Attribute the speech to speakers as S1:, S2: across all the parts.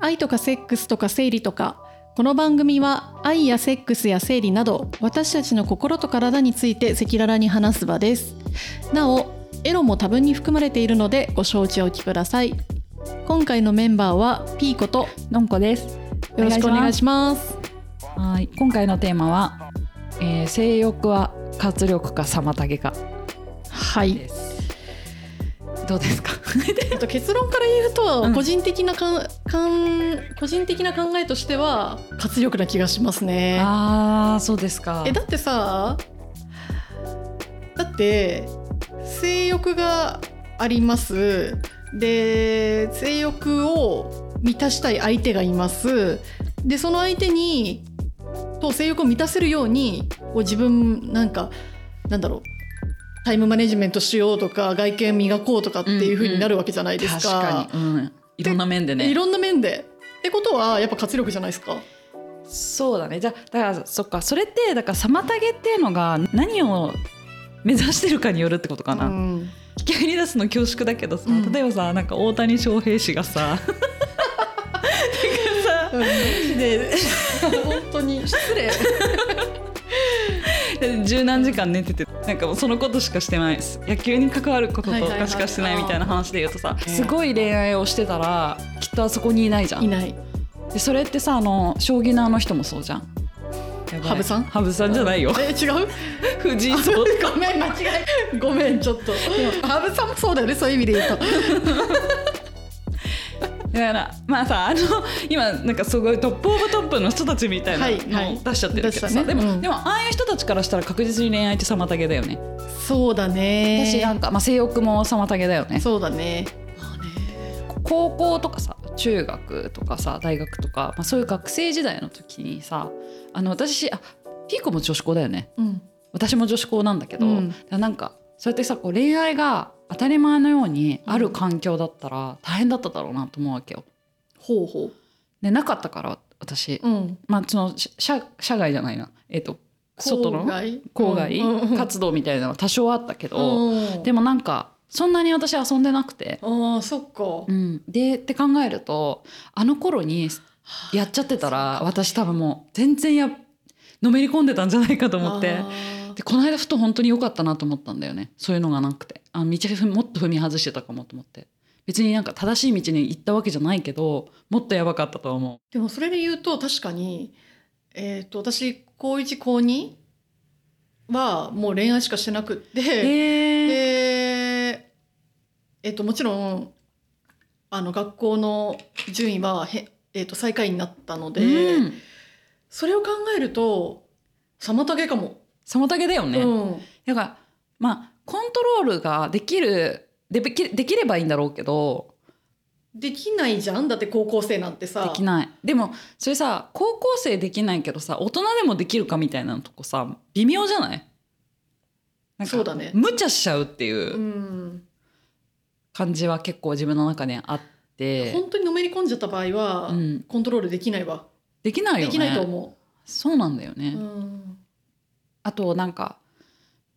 S1: 愛とかセックスとか生理とかこの番組は愛やセックスや生理など私たちの心と体について赤裸々に話す場ですなおエロも多分に含まれているのでご承知おきください今回のメンバーはピーコと
S2: のんこです
S1: よろしくお願いします
S2: はい今回のテーマは、えー性欲は活力か妨げか
S1: はい
S2: ですどうですか
S1: えっと結論から言うと、
S2: うん
S1: 個人的なかんかん個人的な考えとしては活力な気がしますね
S2: あーそうですか
S1: えだってさだって性欲がありますで性欲を満たしたい相手がいますでその相手にと性欲を満たせるようにこう自分なんかなんだろうタイムマネジメントしようとか外見磨こうとかっていう風になるわけじゃないです
S2: 確
S1: か。
S2: かに、うん、いろんな面でね
S1: いろんな面で。ってことはやっぱ活力じゃないですか。
S2: そうだねじゃあだからそっかそれってだから妨げっていうのが何を目指してるかによるってことかな、
S1: うん
S2: 逆に出すの恐縮だけどさ、
S1: うん
S2: 例えばさなんか大谷翔平氏がさ なんかさで
S1: 本当に失礼。
S2: 十何時間寝ててなんかもうそのことしかしてないです野球に関わること
S1: はい
S2: と
S1: はいはい
S2: かしかしてないみたいな話で言うとさ、
S1: ー
S2: すごい恋愛をしてたらきっとあそこにいないじゃん
S1: いない。
S2: でそれってさあの将棋のあの人もそうじゃんやばい
S1: 羽生さん
S2: 羽生さんじゃな いよ
S1: え違う？
S2: 藤井聡太
S1: ごめん間違えごめんちょっと羽生さんもそうだよねそういう意味で言うと
S2: だからまあさあの今なんかすごいトップオブトップの人たちみたいな
S1: はいは
S2: の
S1: い
S2: を出しちゃってるけどさ、
S1: 出したね
S2: でも、
S1: うん
S2: でもああいう人たちからしたら確実に恋愛って妨げだよね、
S1: そうだね
S2: 私なんか、まあ、性欲も妨げだよね
S1: そうだね
S2: 高校とかさ中学とかさ大学とか、まあ、そういう学生時代の時にさあの私あピーコも女子校だよね
S1: うん
S2: 私も女子校なんだけど、
S1: うん
S2: なんかそうやってさこう恋愛が当たり前のようにある環境だったら大変だっただろうなと思うわけよ。
S1: ほうほ
S2: でなかったから私
S1: ううん
S2: まあ、そのし社社外じゃないな、えっと外の
S1: 外
S2: 郊外
S1: うん
S2: 活動みたいなのは多少あったけど、
S1: うん
S2: でもなんかそんなに私遊んでなくて、
S1: ああそっか
S2: うん、でって考えるとあの頃にやっちゃってたら私多分もう全然やのめり込んでたんじゃないかと思って
S1: あー
S2: でこの間ふと本当に良かったなと思ったんだよねそういうのがなくてあ道ふもっと踏み外してたかもと思って別になんか正しい道に行ったわけじゃないけどもっとやばかったと思
S1: でもそれで言うと確かにえっと私高一高二はもう恋愛しかしてなくっ
S2: う。
S1: て
S2: へー
S1: でえっともちろんあの学校の順位はへ、えっと、最下位になったので、
S2: うん
S1: それを考えると妨げかも。
S2: 妨げだよね、
S1: うん
S2: だからまあコントロールができるでできできればいいんだろうけど
S1: できないじゃんだって高校生なんて
S2: で
S1: さ
S2: きないでもそれさ高校生できないけどさ大人でもできるかみたいなとこさ微妙じゃないなんか
S1: そうだね
S2: 無茶しちゃうって
S1: う、
S2: いうん感じは結構自分の中にあって、
S1: 本当にのめり込んじゃった場合は、
S2: うん、
S1: コントロールできないわ、
S2: できないよね
S1: できないと思
S2: そうなんだよね、
S1: う。うん
S2: あとなんか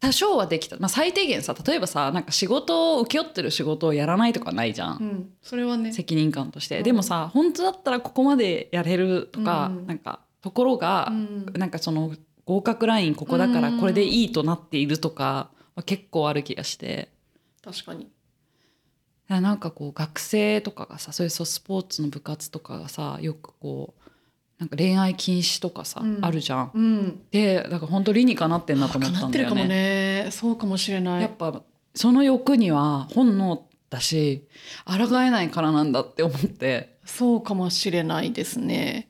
S2: 多少はできた、まあ、最低限さ例えばさなんか仕事を請け負ってる仕事をやらないとかないじゃん
S1: う、ん、それはね
S2: 責任感として、
S1: うん
S2: でもさ本当だったらここまでやれるとか、
S1: うん
S2: なんかところが
S1: う、ん
S2: なんかその合格ラインここだから
S1: うん
S2: これでいいとなっているとかは結構ある気がして
S1: 確かに。
S2: だからなんかこう学生とかがさそういうそうスポーツの部活とかがさよくこうなんか恋愛禁止とかさ、
S1: うん
S2: あるじゃん。
S1: うん、
S2: でだから本当理にかなってんなと思った
S1: なんってる
S2: だ
S1: か
S2: よ
S1: も
S2: ね。
S1: ねそうかもしれない。
S2: やっぱその欲には本能だし抗えないからなんだって思って。
S1: そうかもしれないですね。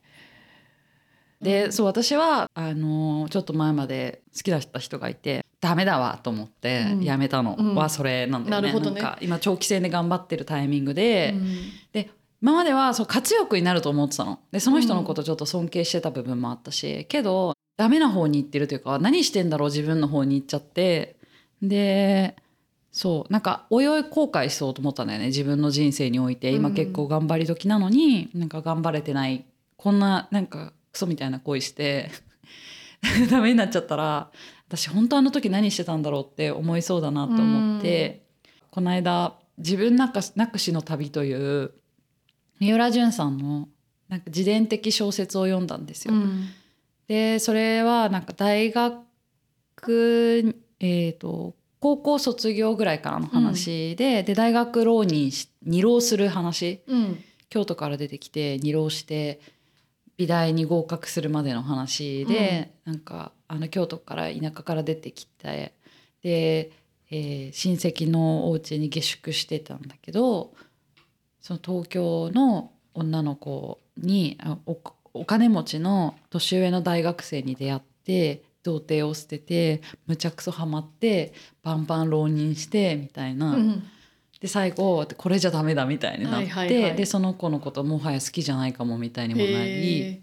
S2: でそう私はあのーちょっと前まで好きだった人がいてダメだわと思って
S1: うん
S2: やめたの
S1: う
S2: は
S1: ん
S2: それなんだよね,、
S1: なるほどね
S2: んか今長期戦で頑張ってるタイミングで、
S1: うん
S2: 今まではそう活力になると思ってたのでその人のことちょっと尊敬してた部分もあったし、けどダメな方に行ってるというか何してんだろう自分の方に行っちゃってでそうなんかおいおい後悔しそうと思ったんだよね自分の人生において今
S1: うん
S2: 結構頑張り時なのに、なんか頑張れてないこんななんかクソみたいな恋して ダメになっちゃったら私本当あの時何してたんだろうって思いそうだなと思って、この間自分なかなくしの旅という三浦淳さんのなんか自伝的小説を読んだんですよ。
S1: うん
S2: でそれはなんか大学、えー、と高校卒業ぐらいからの話で,、で大学浪人し二浪する話
S1: うん
S2: 京都から出てきて二浪して美大に合格するまでの話で、なんかあの京都から田舎から出てきてで、えー親戚のお家に下宿してたんだけどその東京の女の子にあおお金持ちの年上の大学生に出会って童貞を捨ててむちゃくそハマってバンバン浪人してみたいな。
S1: うん
S2: で最後これじゃダメだみたいになって、
S1: はいはいはい
S2: でその子のこともはや好きじゃないかもみたいにもなり
S1: へ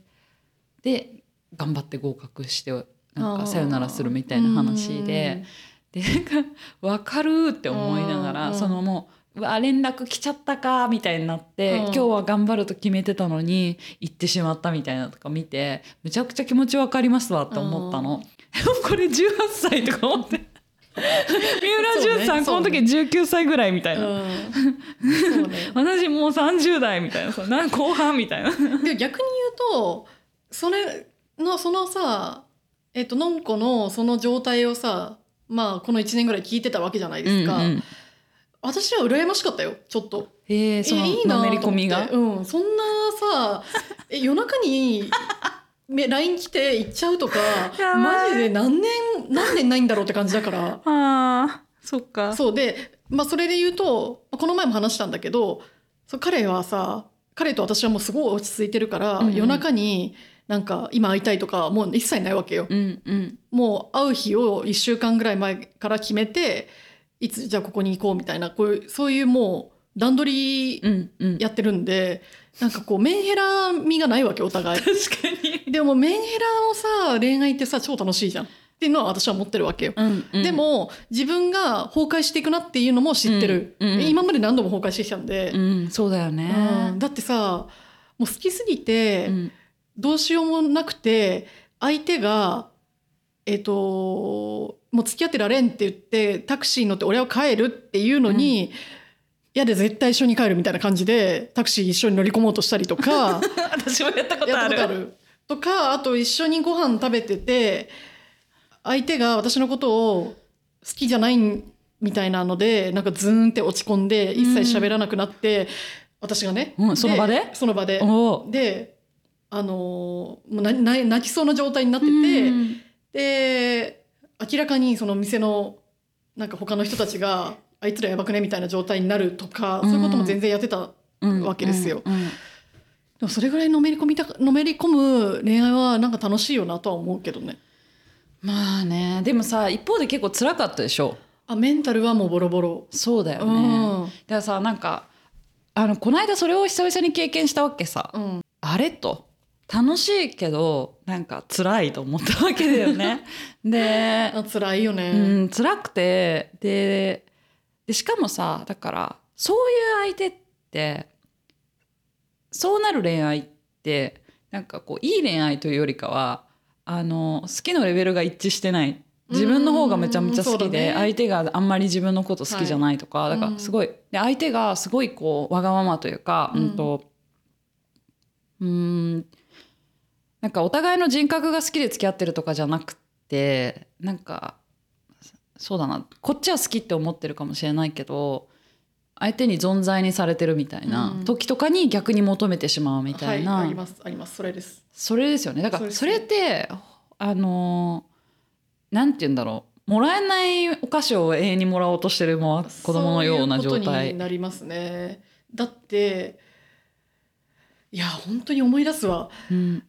S2: で頑張って合格してなん
S1: あー
S2: かさよならするみ
S1: ー
S2: たいな話ででなんか分かるーって思いなが
S1: うん
S2: ら
S1: うん
S2: そのもううわ連絡来ちゃったかみたいになって
S1: うん
S2: 今日は頑張ると決めてたのに行ってしまったみたいなのとか見てむちゃくちゃ気持ち分かりますわって思ったの。で もこれ18歳とか思って 三浦淳さん、
S1: そ
S2: こ
S1: うねそうね
S2: の時19歳ぐらいみたいな。
S1: うんそうね
S2: 私もう30代みたいなそうなん後半みたいな
S1: でも逆に言うとそれのそのさえっとのんこのその状態をさまあこの1年ぐらい聞いてたわけじゃないですか、私は羨ましかったよちょっと
S2: えー、その
S1: えいいな
S2: の
S1: と思
S2: めり
S1: って
S2: 込みが
S1: うん、そんなさえ 夜中にめ LINE 来て行っちゃうとか
S2: やばい
S1: マジで何年何年ないんだろうって感じだから
S2: あーそっか
S1: そうで、まあ、それで言うとこの前も話したんだけどそう彼はさ彼と私はもうすごい落ち着いてるから、
S2: うんうん
S1: 夜中になんか今会いたいとかもう一切ないわけよ、
S2: うんうん
S1: もう会う日を1週間ぐらい前から決めていつじゃあここに行こうみたいなこういうそういうもう段取り
S2: うんうん
S1: やってるんで、なんかこうメンヘラ味がないわけお互い
S2: 確かに、
S1: でもメンヘラのさ恋愛ってさ超楽しいじゃんっていうのは私は思ってるわけよ
S2: うんうん、
S1: でも自分が崩壊していくなっていうのも知ってる、
S2: うんうん
S1: 今まで何度も崩壊してきたんで
S2: う、んそうだよね
S1: うんだってさもう好きすぎ
S2: う
S1: て
S2: ん
S1: どうしようもなくて相手がえっ、ともう付き合ってられんって言ってタクシーに乗って俺は帰るっていうのに、嫌で絶対一緒に帰るみたいな感じでタクシー一緒に乗り込もうとしたりと か
S2: 私もやったこと
S1: や
S2: あ
S1: ったこ
S2: る
S1: とあるとかあと一緒にご飯食べてて相手が私のことを好きじゃないみたいなのでなんかズーンって落ち込んで一切喋らなくなって、私がね、
S2: うんその場で
S1: その場で
S2: おー
S1: であのーもうなな泣きそうな状態になってて、
S2: うん
S1: で明らかにその店のなんか他の人たちが「あいつらやばくね?」みたいな状態になるとか、そういうことも全然やってた
S2: うん
S1: わけですよ
S2: うんう
S1: で
S2: ん
S1: もそれぐらいのめり込みたかのめり込む恋愛はなんか楽しいよなとは思うけどね
S2: まあねでもさ一方で結構辛かったでしょ
S1: あメンタルはもうボロボロ、
S2: そうだよ
S1: う
S2: ね
S1: ん
S2: だからさなんかあのこの間それを久々に経験したわけさ、
S1: うん
S2: あれと楽しいけどなんか辛いと思ったわけだよ ね。で、
S1: あ辛いよね、
S2: うん、辛くてででしかもさだからそういう相手ってそうなる恋愛ってなんかこういい恋愛というよりかはあの好きのレベルが一致してない自分の方がめちゃめちゃ好
S1: う
S2: き
S1: んそうだ
S2: で、
S1: ね
S2: 相手があんまり自分のこと好きじゃないとか、
S1: はい
S2: だからすごいで相手がすごいこうわがままというか、う
S1: うん
S2: んとうーんなんかお互いの人格が好きで付き合ってるとかじゃなくってなんかそうだなこっちは好きって思ってるかもしれないけど相手に存在にされてるみたいな
S1: うん
S2: 時とかに逆に求めてしまうみたいな、
S1: はいありますありますそれです
S2: それですよねだか
S1: そう
S2: ら
S1: です
S2: そ
S1: ね
S2: れってあのーなんて言うんだろうもらえないお菓子を永遠にもらおうとしてるもう子供のような状
S1: そういうこと
S2: 態
S1: になりますねだっていや本当に思い出すわ
S2: うん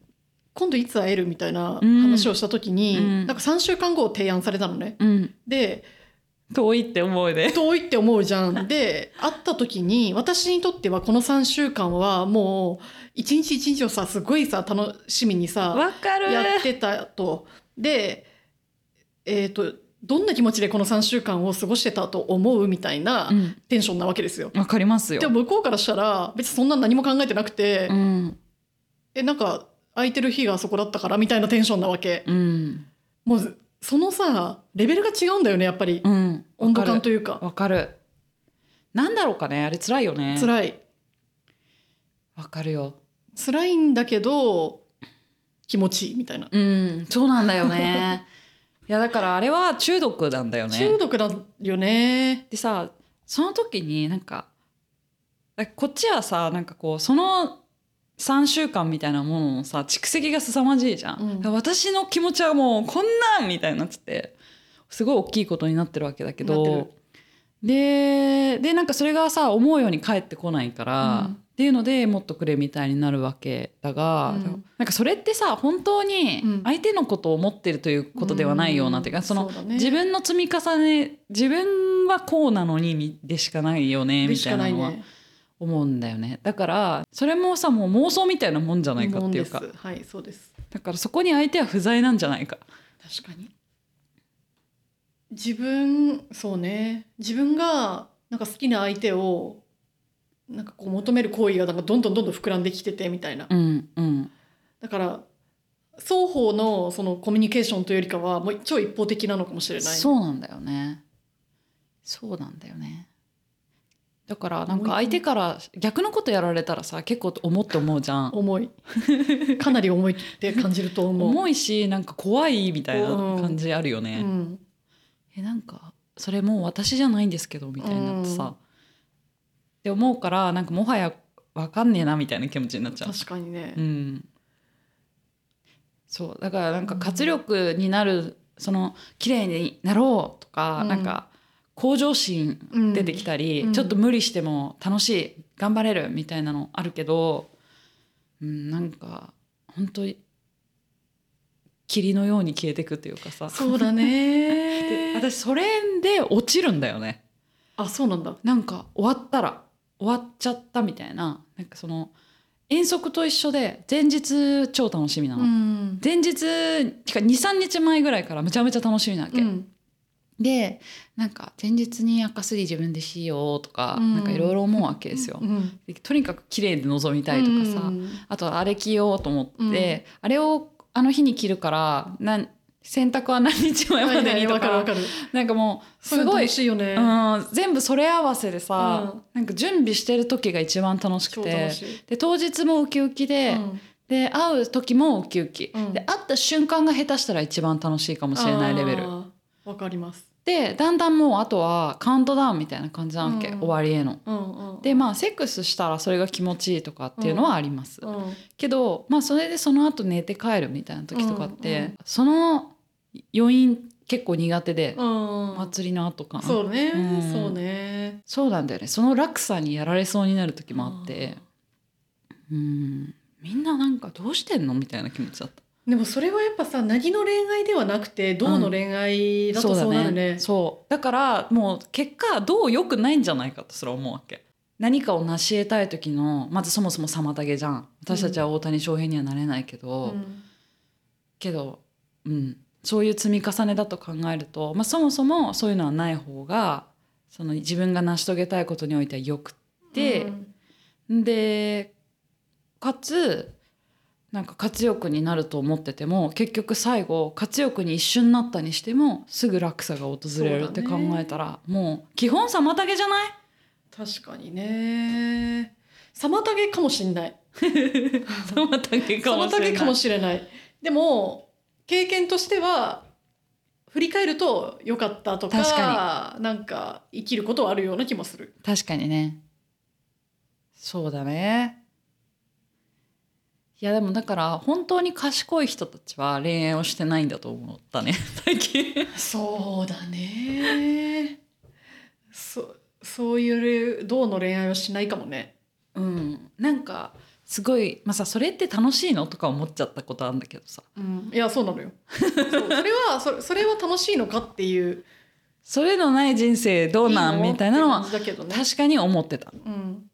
S1: 今度いつ会えるみたいな
S2: うん
S1: 話をした時に、
S2: うん
S1: なんか3週間後を提案されたのね
S2: うん
S1: で
S2: 遠いって思い で
S1: 遠いって思うじゃ ん。で会った時に私にとってはこの3週間はもう一日一日をさすごいさ楽しみにさ
S2: わかる
S1: やってたと。でえっ、とどんな気持ちでこの3週間を過ごしてたと思うみたいな
S2: うん
S1: テンションなわけですよ。
S2: わかりますよ
S1: でも向こうからしたら別にそんな何も考えてなくて、
S2: うん
S1: えなんか空いてる日がそこだったからみたいなテンションなわけ。
S2: うん
S1: もうそのさレベルが違うんだよねやっぱり
S2: うん
S1: 温度
S2: わか
S1: 感
S2: る
S1: というか
S2: わかるなんだろうかねあれ辛いよね
S1: 辛い。
S2: わかるよ
S1: 辛いんだけど気持ちいいみたいな、
S2: うんそうなんだよ ねいやだからあれは中毒なんだよね
S1: 中毒だよね
S2: でさその時になんかこっちはさなんかこうその3週間みたいなもののさ蓄積が凄まじいじゃん、
S1: うん
S2: だから私の気持ちはもうこんなんみたいになっつってすごい大きいことになってるわけだけ
S1: なって
S2: どででなんかそれがさ思うように返ってこないから、
S1: うん
S2: っていうのでもっとくれみたいになるわけだが、
S1: うん
S2: なんかそれってさ本当
S1: うん
S2: に相手のことを思ってるということではないようなっていうか、
S1: うん
S2: そ
S1: そ
S2: の
S1: うだね
S2: 自分の積み重ね自分はこうなのにみでしかないよね
S1: で
S2: み
S1: した
S2: い
S1: かな
S2: ないのは
S1: ね
S2: 思うんだよねだからそれもさもう妄想みたいなもんじゃないかっていうか
S1: 思んですはいそうです
S2: だからそこに相手は不在なんじゃないか
S1: 確かに自分そうね自分がなんか好きな相手をなんかこう求める行為がなんかどんどんどんどん膨らんできててみたいな、
S2: うんうん
S1: だから双方のそのコミュニケーションというよりかはもう超一方的なのかもしれない
S2: そうなんだよねそうなんだよねだからなんか相手から逆のことやられたらさ結構思って思うじゃん
S1: 重 いかなり重いって感じると思う
S2: 重いしなんか怖いみたいな感じあるよね、
S1: うん、
S2: えなんかそれもう私じゃないんですけどみたいになってさ、
S1: うん
S2: って思うからなんかもはやわかんねえなみたいな気持ちになっちゃう。
S1: 確かにね、
S2: うん、そうだからなんか活力になる、その綺麗になろうとか、
S1: うん
S2: なんか向上心
S1: うん
S2: 出てきたり、
S1: うん
S2: ちょっと無理しても楽しい頑張れるみたいなのあるけど、うん、なんか本当に霧のように消えてくっていうかさ
S1: そうだ
S2: で
S1: ね
S2: 私それで落ちるんだよね
S1: あそうなんだ
S2: なんか終わったら終わっちゃったみたいななんかその遠足と一緒で前日超楽しみなの、
S1: ん
S2: 前日てか23日前ぐらいからめちゃめちゃ楽しみなわけ、
S1: うん
S2: でなんか前日に赤すり自分でしようとか、
S1: うん
S2: なんかいろいろ思うわけですよ、
S1: うん
S2: でとにかく綺麗で臨みたいとかさ、
S1: うん
S2: あとあれ着ようと思って、
S1: うん
S2: あれをあの日に着るからなん洗濯は何日前までにと
S1: わ
S2: か,、
S1: かるわかる
S2: なんかもう
S1: す
S2: す
S1: ご
S2: ご
S1: い
S2: い
S1: 楽しいよね、
S2: うん、全部それ合わせでさ、
S1: うん
S2: なんか準備してる時が一番楽しく
S1: 超楽
S2: て
S1: しい
S2: で当日もウキウキで、
S1: うん
S2: で会う時もウキウキ、
S1: うん
S2: で会った瞬間が下手したら一番楽しいかもしれないレベル
S1: あーわかります
S2: でだんだんもうあとはカウントダウンみたいな感じなわけ、
S1: うん
S2: 終わりへの。
S1: うんうん
S2: でまあセックスしたらそれが気持ちいいとかっていうのはあります、
S1: うん
S2: けどまあそれでその後寝て帰るみたいな時とかって、
S1: うんうん
S2: その余韻結構苦手で、
S1: うん
S2: 祭りの後かな
S1: そうね、
S2: うん
S1: そうね
S2: そうなんだよねその落差にやられそうになる時もあってうんみんななんかどうしてんのみたいな気持ちだった
S1: でもそれはやっぱさ何の恋愛ではなくてどうの恋愛だとそうなるね,、
S2: そうだからもう結果どう良くないんじゃないかとそれは思うわけ何かを成し得たい時のまずそもそも妨げじゃん私たちは大谷翔平にはなれないけど、
S1: うん
S2: けど、うん、そういう積み重ねだと考えると、まあ、そもそもそういうのはない方がその自分が成し遂げたいことにおいてはよくって、
S1: うん
S2: でかつなんか活力になると思ってても結局最後活力に一瞬なったにしてもすぐ落差が訪れるって
S1: そう
S2: 考
S1: だね
S2: えたらもう基本妨げじゃない
S1: 確かにね妨げかもしんない
S2: 妨げかもし
S1: 妨げ
S2: れな
S1: か
S2: い
S1: もしれないでも経験としては振り返ると良かったとか
S2: 確
S1: なんか生きることはあるような気もする
S2: 確かにねそうだねいやでもだから本当に賢い人たちは恋愛をしてないんだと思った ね最近
S1: そうだねそそういうどうの恋愛をしないかもね
S2: うんなんかすごいまあさそれって楽しいのとか思っちゃったことあるんだけどさ
S1: いやそうなのよそうそれはそれそれは楽しいのかっていう
S2: それのない人生どうなん
S1: いの
S2: みたいなの
S1: っ
S2: は
S1: て感じだけどね
S2: 確かに思ってた
S1: うん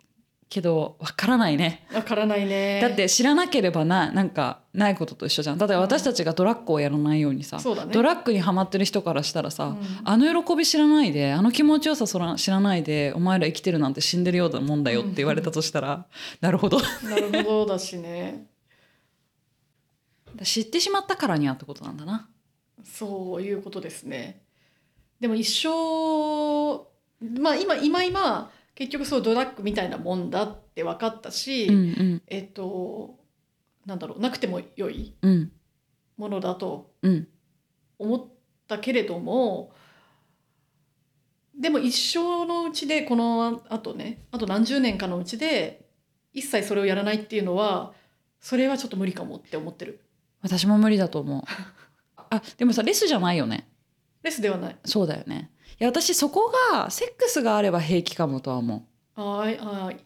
S2: けどわからないね
S1: わからないね
S2: だって知らなければななんかないことと一緒じゃんだって私たちがドラッグをやらないようにさ、
S1: そうだね
S2: ドラッグにはまってる人からしたらさ、
S1: うん
S2: あの喜び知らないであの気持ちよさそら知らないでお前ら生きてるなんて死んでるようなもんだよって言われたとしたら、なるほど
S1: なるほどだしね
S2: 知ってしまったからにはってことなんだな
S1: そういうことですね。でも一生まあ今今今結局そうドラッグみたいなもんだって分かったし、
S2: うん
S1: えっとなんだろうなくても良い
S2: うんうん
S1: ものだと
S2: うん
S1: 思ったけれどもでも一生のうちでこのあとねあと何十年かのうちで一切それをやらないっていうのはそれはちょっと無理かもって思ってる
S2: 私も無理だと思うあでもさレスじゃないよね
S1: レスではない
S2: そうだよねいや私そこがセックスがあれば平気かもとは思う
S1: あーあー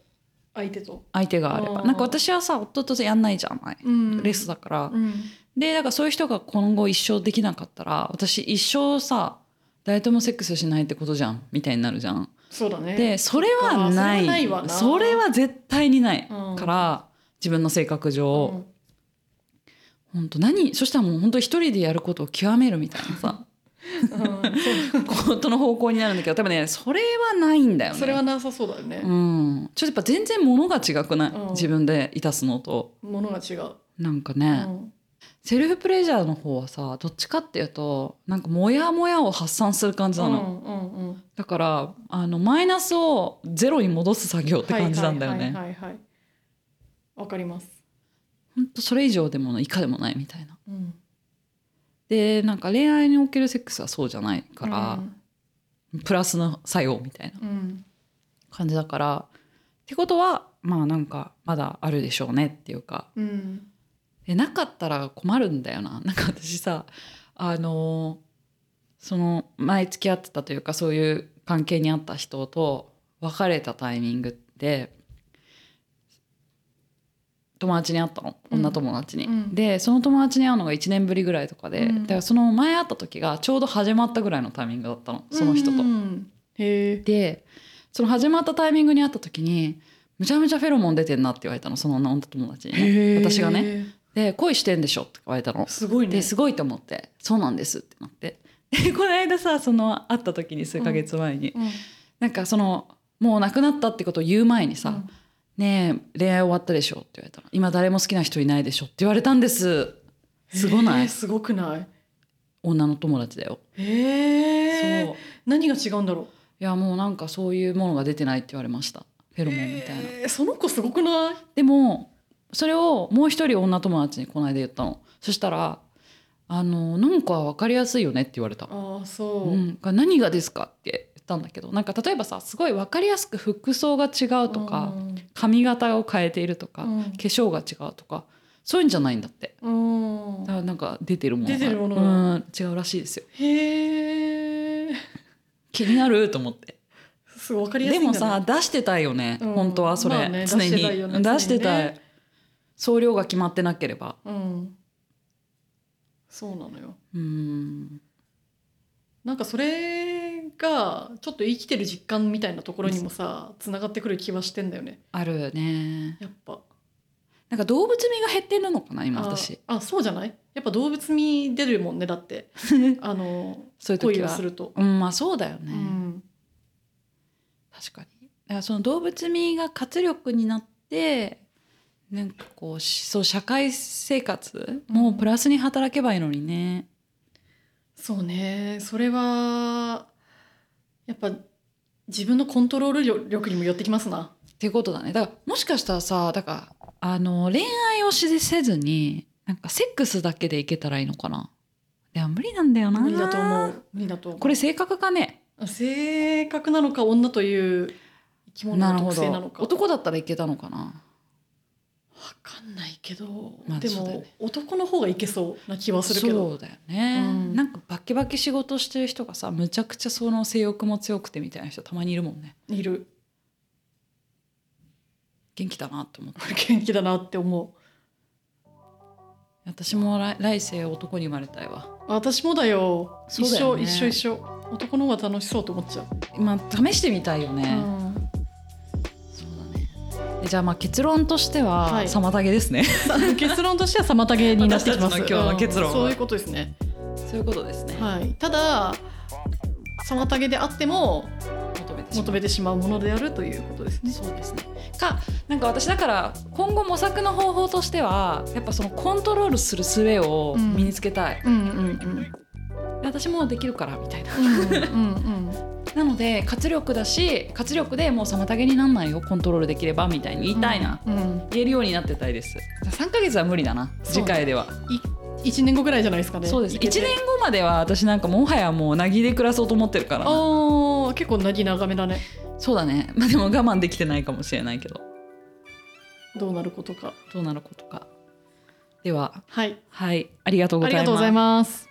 S1: 相手と、
S2: 相手があれば
S1: あー
S2: なんか私はさ夫とやんないじゃない、
S1: うん
S2: レスだから、
S1: うん
S2: でだからそういう人が今後一生できなかったら私一生さ誰ともセックスしないってことじゃんみたいになるじゃん
S1: そうだね
S2: でそれ
S1: そっか
S2: はない
S1: それはないわな
S2: それは絶対にない
S1: うん
S2: から、自分の性格上、
S1: うん
S2: 本当何そしたらもう本当一人でやることを極めるみたいな さ
S1: うんそう
S2: ことの方向になるんだけど多分ねそれはないんだ よね
S1: それはなさそうだよね
S2: う、んちょっとやっぱ全然物が違くない、
S1: うん
S2: 自分でいたすのと
S1: ものが違う、
S2: なんかね、
S1: うん
S2: セルフプレジャーの方はさどっちかっていうとなんかモヤモヤを発散する感じなの、
S1: うんうんうん
S2: だからあのマイナスをゼロに戻す作業って感じなんだよ
S1: はい
S2: ね
S1: はいはいはいはいわかります、
S2: ほんとそれ以上でもない以下でもないみたいな
S1: うん、
S2: でなんか恋愛におけるセックスはそうじゃないから
S1: う、ん
S2: プラスの作用みたいな
S1: うん
S2: 感じだからってことはまあなんかまだあるでしょうねっていうか
S1: うん
S2: えなかったら困るんだよななん か私さあのその前付き合ってたというかそういう関係にあった人と別れたタイミングで友達に会ったの
S1: うん
S2: 女友達に、
S1: うん
S2: でその友達に会うのが1年ぶりぐらいとかで、
S1: うん
S2: だからその前会った時がちょうど始まったぐらいのタイミングだったのその人と
S1: う。んへえ。
S2: でその始まったタイミングに会った時にむちゃむちゃフェロモン出てんなって言われたのその女友達にね、私がね
S1: ね。
S2: で恋してんでしょって言われたの。
S1: すごいね。
S2: ですごいと思って「そうなんです」ってなって でこの間さその会った時に数ヶ月前に、
S1: うん
S2: なんかそのもう亡くなったってことを言う前にさ
S1: う
S2: 「
S1: ん
S2: ねえ恋愛終わったでしょ」って言われたら「今誰も好きな人いないでしょ」って言われたんですすごな
S1: へ
S2: い
S1: えすごくない。
S2: 女の友達だよ、
S1: へえ。
S2: そうい
S1: 何が違うんだろう。
S2: やもうなんかそういうものが出てないって言われましたフェロモンみたいな、
S1: へえその子すごくない。
S2: でもそれをもう一人女友達にこの間言ったのそしたら「あのなんか分かりやすいよね」って言われた
S1: ああそう。
S2: うん、が何がですかって言ったんだけどなんか例えばさすごい分かりやすく服装が違うとか、髪型を変えているとか、
S1: う
S2: 化
S1: ん。
S2: 粧が違うとかそういうんじゃないんだって
S1: うん。
S2: だからなんか出てるものが
S1: 出てるものが
S2: うん違うらしいですよ
S1: へえ。
S2: 気になると思って
S1: すごいわかりやす
S2: で
S1: いんだ
S2: も
S1: ね。
S2: さ出してたいよね、
S1: うん
S2: 本当はそれ、
S1: まあね
S2: 常に
S1: 出してたいよね
S2: 出してたい、
S1: 常にね
S2: 送料が決まってなければ
S1: うん。そうなのよ。
S2: うん
S1: なんかそれがちょっと生きてる実感みたいなところにもさ、つながってくる気はしてんだよね。
S2: あるね
S1: やっぱ。
S2: なんか動物味が減ってるのかな今私
S1: ああそうじゃないやっぱ動物味出るもんねだってあの
S2: そういう時
S1: 恋を
S2: は
S1: すると、
S2: うんまあそうだよ
S1: う
S2: ね、
S1: ん
S2: 確かにだからその動物味が活力になってなんかこうしそう社会生活もプラスに働けばいいのにね、
S1: そうねそれはやっぱ自分のコントロール力にも寄ってきますな
S2: っていうことだねだからもしかしたらさだからあの恋愛をしせずになんかセックスだけでいけたらいいのかなでも無理なんだよな
S1: 無理だと思う無理だと思う
S2: これ性格かね
S1: 性格なのか女という生き物
S2: なる
S1: の
S2: ほ
S1: 特性なの
S2: ど
S1: か
S2: 男だったらいけたのかな
S1: わかんないけど、
S2: まあ
S1: で
S2: そうだよ
S1: も
S2: ね
S1: 男の方がいけそうな気はするけど
S2: そうだよね、
S1: うん
S2: なんかバキバキ仕事してる人がさむちゃくちゃその性欲も強くてみたいな人たまにいるもんね
S1: いる
S2: 元気だなって思って
S1: 元気だなって思う
S2: 私も来来世男に生まれたいわ
S1: 私もだよ
S2: そうだよね
S1: 一生一生一生男の方が楽しそうと思っちゃう
S2: 今試してみたいよね、
S1: うん
S2: そうだねえじゃあまあ結論としては
S1: はい
S2: 妨げ ですね
S1: 結論としては妨げになってきます。
S2: 私たちの今日の結論
S1: う
S2: は
S1: んそういうことですね。
S2: そういうことですね、
S1: はい。ただ妨げであっても
S2: 求めてしま
S1: 求
S2: う
S1: めてしまうものであるということですね。
S2: そうですねかなんか私だから今後模索の方法としてはやっぱそのコントロールする術を身につけたい、
S1: うんうんうん
S2: 私もうできるからみたいな
S1: うんうんうん
S2: なので活力だし活力でもう妨げにならないよコントロールできればみたいに言いたいな、
S1: うんうん
S2: 言えるようになってたいです3ヶ月は無理だな
S1: そう
S2: 次回では
S1: 1年後ぐらいじゃないですかね
S2: そうです
S1: いけ
S2: 1
S1: て
S2: 年後までは私なんかもはやもうなぎで暮らそうと思ってるからな
S1: ああ結構なぎ長めだね
S2: そうだね まあでも我慢できてないかもしれないけど
S1: どうなることか
S2: どうなることかでは
S1: はい
S2: はいありがとうご
S1: あ
S2: ざい
S1: り
S2: ま
S1: がとう
S2: す
S1: ございます